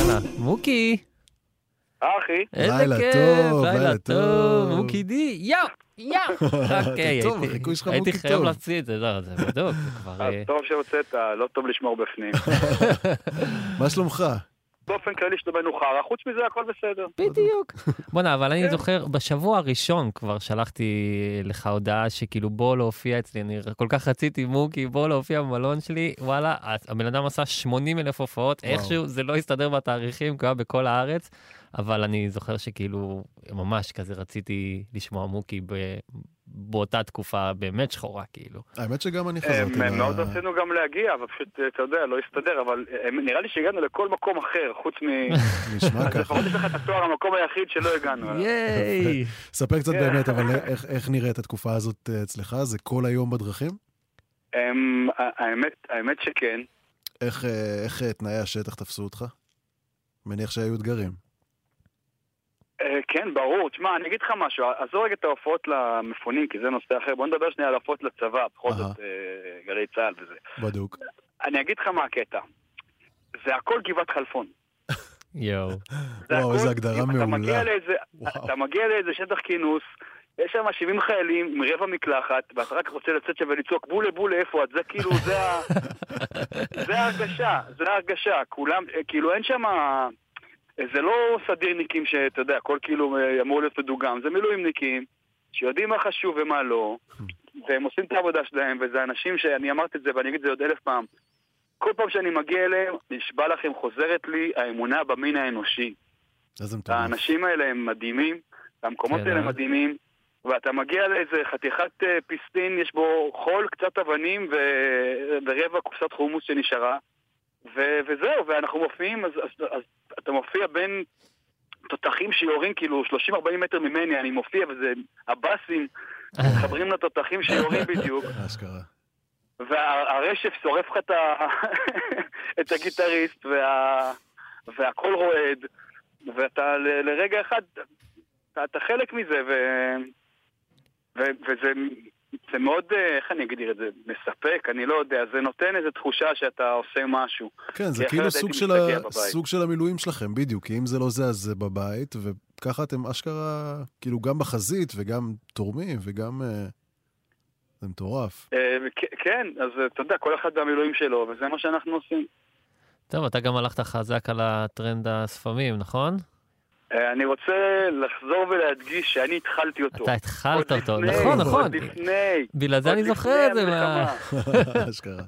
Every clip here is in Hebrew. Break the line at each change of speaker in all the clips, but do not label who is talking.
יאללה, מוקי.
אחי,
איזה
לילה טוב,
כיף, לילה
לילה
טוב,
טוב.
מוקי די, יאו, יאו. אוקיי,
אתה טוב,
הייתי-
החיקוי שלך
הייתי
מוקי
חייב
טוב.
להוציא את זה, לא, זה בדיוק, זה כבר...
אז
אה,
טוב שהוצאת, לא טוב לשמור בפנים.
מה שלומך?
באופן כללי שלומנו חרא, חוץ מזה הכל בסדר.
בדיוק. בוא'נה, אבל
כן.
אני זוכר, בשבוע הראשון כבר שלחתי לך הודעה שכאילו בוא להופיע אצלי, אני כל כך רציתי מוקי, בוא להופיע במלון שלי, וואלה, הבן אדם עשה 80 אלף הופעות,
וואו.
איכשהו זה לא הסתדר בתאריכים, כי הוא היה בכל הארץ, אבל אני זוכר שכאילו ממש כזה רציתי לשמוע מוקי ב... באותה תקופה באמת שחורה, כאילו.
האמת שגם אני
אה,
חזרתי ל...
מאוד רצינו גם להגיע, אבל פשוט, אה, אתה יודע, לא הסתדר, אבל אה, נראה לי שהגענו לכל מקום אחר, חוץ מ...
נשמע
אז
ככה.
לפחות יש לך את התואר המקום היחיד שלא הגענו. אליו.
ייי!
ספר קצת
כן.
באמת, אבל איך- איך נראית התקופה הזאת אה, אצלך? זה כל היום בדרכים?
אמ, ה- האמת, האמת שכן.
איך, אה, איך אה, תנאי השטח תפסו אותך? מניח שהיו אתגרים.
אה, כן, ברור. תשמע, אני אגיד לך משהו, עזוב רגע את העופות למפונים, כי זה נושא אחר. בוא נדבר שנייה על עופות לצבא, בכל
אהה.
זאת אה, גלי צה"ל וזה.
בדוק.
אני אגיד לך מה הקטע. זה הכל גבעת חלפון.
יואו.
זה
וואו,
הכל-
איזו הגדרה
אתה מגיע
מעולה.
לאיזה,
וואו.
אתה מגיע לאיזה שטח כינוס, יש שם 70 חיילים עם רבע מקלחת, ואתה רק רוצה לצאת שם ולצעוק בולה בולה איפה את, זה כאילו, זה ה... זה ההרגשה, זה ההרגשה, כולם, אה, כאילו אין שם... זה לא סדירניקים שאתה יודע, הכל כאילו אה, אמור להיות מדוגם, זה מילואימניקים שיודעים מה חשוב ומה לא, והם עושים את העבודה שלהם, וזה אנשים שאני אמרתי את זה ואני אגיד את זה עוד אלף פעם. כל פעם שאני מגיע אליהם, נשבע לכם, חוזרת לי האמונה במין האנושי.
איזה מטורף.
האנשים האלה הם מדהימים, המקומות
כן,
האלה
אה?
מדהימים, ואתה מגיע לאיזה חתיכת אה, פיסטין, יש בו חול, קצת אבנים ו- ורבע קופסת חומוס שנשארה, ו- וזהו, ואנחנו מופיעים, אז, אז, אז אתה מופיע בין תותחים שיורים כאילו 30-40 מטר ממני, אני מופיע וזה הבאסים מתחברים לתותחים שיורים בדיוק.
אשכרה.
והרשף שורף לך את ה- את הגיטריסט, וה... והכל רועד, ואתה ל- לרגע אחד, אתה, אתה חלק מזה, ו... ו... וזה זה מאוד, אה, איך אני אגדיר את זה, מספק, אני לא יודע, זה נותן איזו תחושה שאתה עושה משהו.
כן, זה
כי אחרת
כאילו
הייתי
סוג של,
משתגע
ה...
בבית.
סוג של המילואים שלכם, בדיוק. כי אם זה לא זה, אז זה בבית, וככה אתם אשכרה, כאילו, גם בחזית וגם תורמים וגם... אה, זה מטורף.
אה, וכ- כן, אז אה, אתה יודע, כל אחד והמילואים שלו, וזה מה שאנחנו עושים.
טוב, אתה גם הלכת חזק על הטרנד הספמים, נכון?
אה, אני רוצה לחזור ולהדגיש שאני התחלתי אותו.
אתה התחלת
עוד
אותו,
לפני,
נכון,
עוד
נכון.
לפני.
בגלל זה
עוד
אני זוכר
לפני
את זה. מה-
המלחמה.
אשכרה.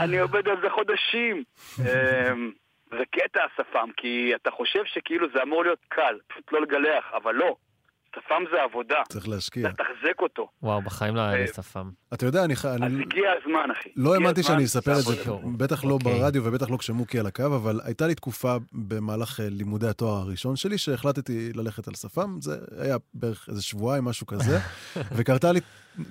אני עובד על זה חודשים. אמ, זה קטע השפם, כי אתה חושב שכאילו זה אמור להיות קל, פשוט לא לגלח, אבל לא. שפם זה עבודה,
צריך להשקיע.
צריך לתחזק אותו.
וואו, בחיים לא היה לי
אה,
שפם.
אתה יודע, אני, ח-
אז
אני
הגיע הזמן, אחי.
לא
הגיע
האמנתי
הזמן
שאני אספר את זה,
לעבוד.
לעשות.
בטח לא
אוקיי.
ברדיו ובטח לא כשמוקי על הקו, אבל הייתה לי תקופה במהלך אה, לימודי התואר הראשון שלי, שהחלטתי ללכת על שפם, זה היה בערך איזה שבועיים, משהו כזה, וקרתה לי,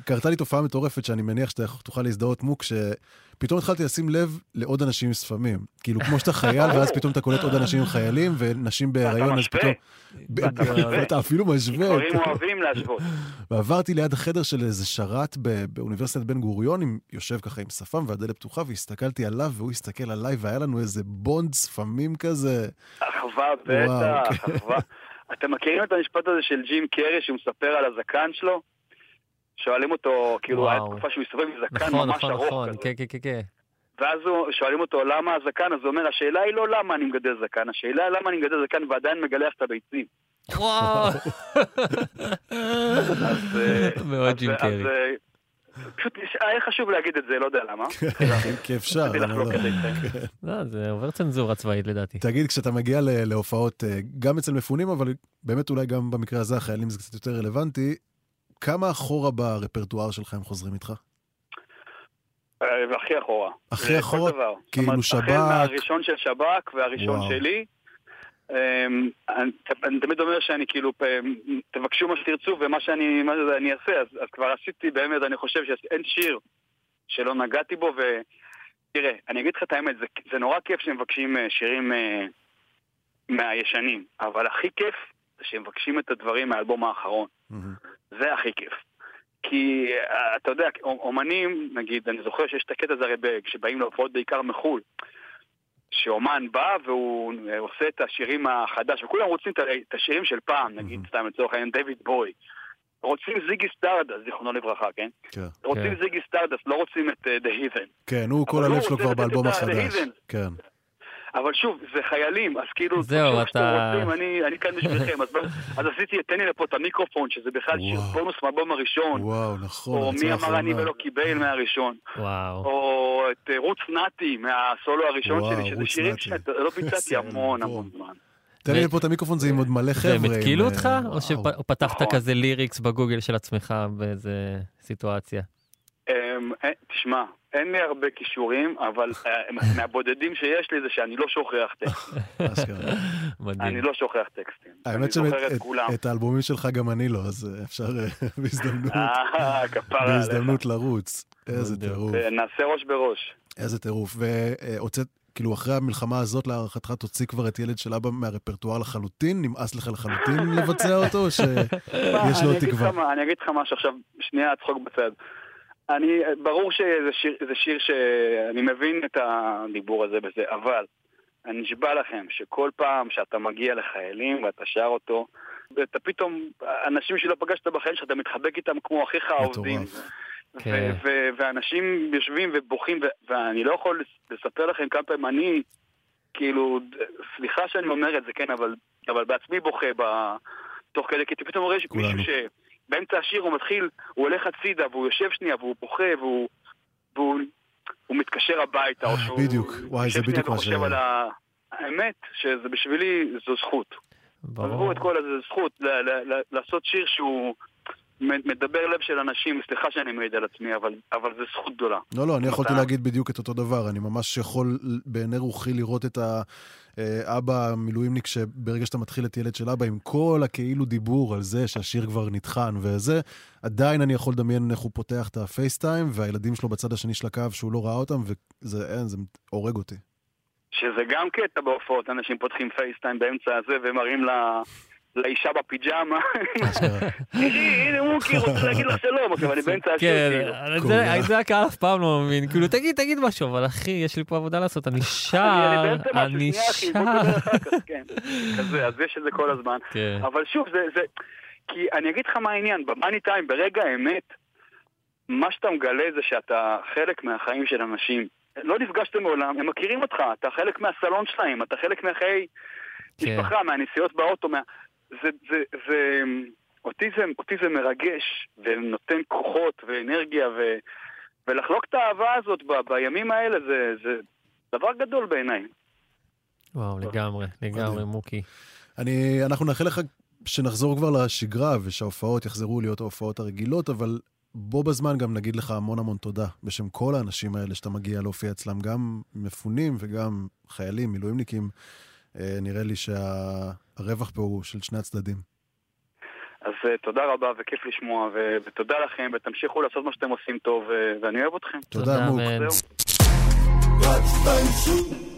קרתה לי תופעה מטורפת שאני מניח שאתה תוכל להזדהות מוק, שפתאום התחלתי לשים לב לעוד אנשים עם שפמים. כאילו, כמו שאתה חייל, ואז פתאום אתה קולט עוד אנשים עם חיילים, ונשים בהיריון, אז
משווה.
פתאום...
אתה משווה.
אתה אפילו
כי
משווה.
גברים
כן.
אוהבים להשוות.
ועברתי ליד החדר של איזה שרת ב- באוניברסיטת בן גוריון, עם, יושב ככה עם שפם והדלת פתוחה, והסתכלתי עליו והוא הסתכל עליי, והיה לנו איזה בונד שפמים כזה.
אחווה
וואו, כן.
בטח, אחווה. אתם מכירים את המשפט הזה של ג'ים קרי שהוא מספר על הזקן שלו? שואלים אותו, כאילו,
וואו.
הייתה תקופה שהוא הסתובב עם זקן
נכון,
ממש
נכון,
ארוך
נכון,
כזה.
כן, כן, כן, כן.
ואז הוא- שואלים אותו למה הזקן, אז הוא אומר, השאלה היא לא למה אני מגדל זקן, השאלה היא למה אני מגדל זקן ועדיין מגלח את הביצים.
וואו.
אה, אז, אה,
מאוד
אז-
ג'ים
אז,
קרי.
אה, פשוט נש- היה חשוב להגיד את זה, לא יודע למה.
כי אפשר.
רציתי
למה
לחלוק
לא?
את זה איתכם.
לא, זה עובר צנזורה צבאית לדעתי.
תגיד, כשאתה מגיע ל- להופעות, אה, גם אצל מפונים, אבל באמת אולי גם במקרה הזה החיילים זה קצת יותר רלוונטי, כמה אחורה ברפרטואר שלך הם חוזרים איתך?
אה, והכי אחורה.
הכי
זה
אחורה?
כל דבר.
כאילו
זאת אומרת,
שב"כ?
החל מהראשון של שב"כ והראשון
וואו.
שלי. אמ, אני אני תמיד אומר שאני כאילו, פ- תבקשו מה שתרצו ומה שאני מה זה, אני אעשה, אז, אז כבר עשיתי באמת, אני חושב שאין שיר שלא נגעתי בו, ותראה, אני אגיד לך את האמת, זה, זה נורא כיף שמבקשים אה, שירים אה, מהישנים, אבל הכי כיף זה שמבקשים את הדברים מהאלבום האחרון.
מהמם.
זה הכי כיף. כי אה, אתה יודע, אומנים, נגיד, אני זוכר שיש את הקטע הזה הרי ב- כשבאים להופעות בעיקר מחו"ל, שאומן בא והוא אה, עושה את השירים החדש, וכולם רוצים את ה- את השירים של פעם, נגיד סתם לצורך העניין דיוויד בוי. רוצים זיגי סטארדס, זיכרונו לברכה, כן?
כן.
רוצים זיגי סטארדס, לא רוצים את אה, The Heathen.
כן, הוא, כל
אבל לא,
הלב
הוא
שלו
רוצה
כבר
לתת
באלבום
את ה- The
החדש.
Heathen.
כן.
אבל שוב, זה חיילים, אז כאילו,
זהו,
תחשוב
אתה-
שאתם רוצים, אני, אני כאן בשבילכם. אז, אז עשיתי, תן לי לפה את המיקרופון, שזה בכלל שיר
וואו.
בונוס מהבום הראשון.
וואו, נכון.
או
הרצאה
מי אמר
האחרונה.
אני ולא קיבל מהראשון.
וואו.
או את אה, רוץ נתי מהסולו הראשון
וואו,
שלי, שזה
רוץ
שירים
נתי.
שאתה לא ביצעתי
איזה
המון
אלבום.
המון זמן.
תן לי פה את המיקרופון, זה עם עוד מלא חבר'ה.
הם
עם,
התקילו
אה,
אותך, או
וואו.
שפתחת
נכון.
כזה ליריקס בגוגל של עצמך באיזה סיטואציה?
אמ, אה, תשמע, אין לי הרבה כישורים, אבל אה, מהבודדים שיש לי זה שאני לא שוכח טקסטים.
אשכרה.
אני
מדהים.
לא שוכח טקסטים. אני
האמת שאת
זוכר את כולם.
את האלבומים שלך גם אני לא, אז אה, אפשר אה, בהזדמנות,
אה, כפרה עליך.
בהזדמנות לרוץ. איזה
בדיוק.
טירוף,
אה, נעשה ראש בראש.
איזה טירוף. והוצאת, כאילו אחרי המלחמה הזאת, להערכתך תוציא כבר את ילד של אבא מהרפרטואר לחלוטין? נמאס לך לחלוטין לבצע אותו? או ש...
תשמע,
יש לו
אני אגיד
תקווה.
לך מה- אני אגיד לך משהו עכשיו, שנייה צחוק בצד. אני, ברור שזה שיר, זה שיר שאני מבין את הדיבור הזה בזה, אבל אני נשבע לכם שכל פעם שאתה מגיע לחיילים ואתה שר אותו, אתה פתאום, אנשים שלא פגשת בחיים שאתה מתחבק איתם כמו אחיך העובדים.
מטורף.
ו-
כן.
ו- ואנשים יושבים ובוכים, ו- ואני לא יכול לס- לספר לכם כמה פעמים אני, כאילו, ד- סליחה שאני אומר את זה, כן, אבל, אבל בעצמי בוכה ב- תוך כדי, כי אתה פתאום רואה
כולנו.
מישהו שבאמצע השיר הוא מתחיל, הוא הולך הצידה והוא יושב שנייה והוא בוכה והוא, והוא הוא מתקשר הביתה, או שהוא
אה, בדיוק. וואי, זה
יושב שנייה
בדיוק מה ש-
וחושב על ה... האמת שזה בשבילי זו זכות. עזבו
ברור.
את כל הזה, זו זכות ל- ל- ל- לעשות שיר שהוא מ- מדבר לב של אנשים, סליחה שאני מעיד על עצמי, אבל, אבל זו זכות גדולה.
לא, לא, אני יכולתי
אתה-
להגיד בדיוק את אותו דבר. אני ממש יכול בעיני רוחי לראות את האבא המילואימניק, שברגע שאתה מתחיל את ילד של אבא, עם כל הכאילו דיבור על זה שהשיר כבר נטחן וזה, עדיין אני יכול לדמיין איך הוא פותח את הפייסטיים, והילדים שלו בצד השני של הקו שהוא לא ראה אותם, וזה אין, זה הורג אותי.
שזה גם קטע בהופעות, אנשים פותחים פייסטיים באמצע הזה ומראים ל... לאישה בפיג'מה,
אשכרה.
תראי, הנה מוקי רוצה להגיד לך שלום, אבל אני באמצע
כן,
השיר. כאילו.
אבל
קורה.
זה- זה הקהל אף פעם לא מבין. כאילו, תגיד, תגיד משהו, אבל אחי, יש לי פה עבודה לעשות, אני
אני
שר,
באמצע משהו,
אני
שנייה אחי, בוא
שר.
נדבר אחר כך, כן. כזה, אז יש את זה כל הזמן.
כן.
אבל שוב, זה... זה... כי אני אגיד לך מה העניין, במאני טיים, ברגע האמת, מה שאתה מגלה זה שאתה חלק מהחיים של אנשים. לא נפגשתם מעולם, הם מכירים אותך, אתה חלק מהסלון שלהם, אתה חלק מהחיי
כן.
משפחה, מהנסיעות באוטו, מה... זה, זה, זה... אותי זה, אותי זה מרגש, ונותן כוחות ואנרגיה, ו... ולחלוק את האהבה הזאת ב... בימים האלה זה, זה דבר גדול בעיניי.
וואו, לגמרי, לגמרי,
מדהים.
מוקי.
אני, אנחנו נאחל לך שנחזור כבר לשגרה ושההופעות יחזרו להיות ההופעות הרגילות, אבל בו בזמן גם נגיד לך המון המון תודה בשם כל האנשים האלה שאתה מגיע להופיע אצלם, גם מפונים וגם חיילים, מילואימניקים. אה, נראה לי שהרווח פה הוא של שני הצדדים.
אז אה, תודה רבה וכיף לשמוע, ו... ותודה לכם, ותמשיכו לעשות
כן.
מה שאתם עושים טוב, ו... ואני אוהב אתכם.
תודה, מוק.
מן.
זהו.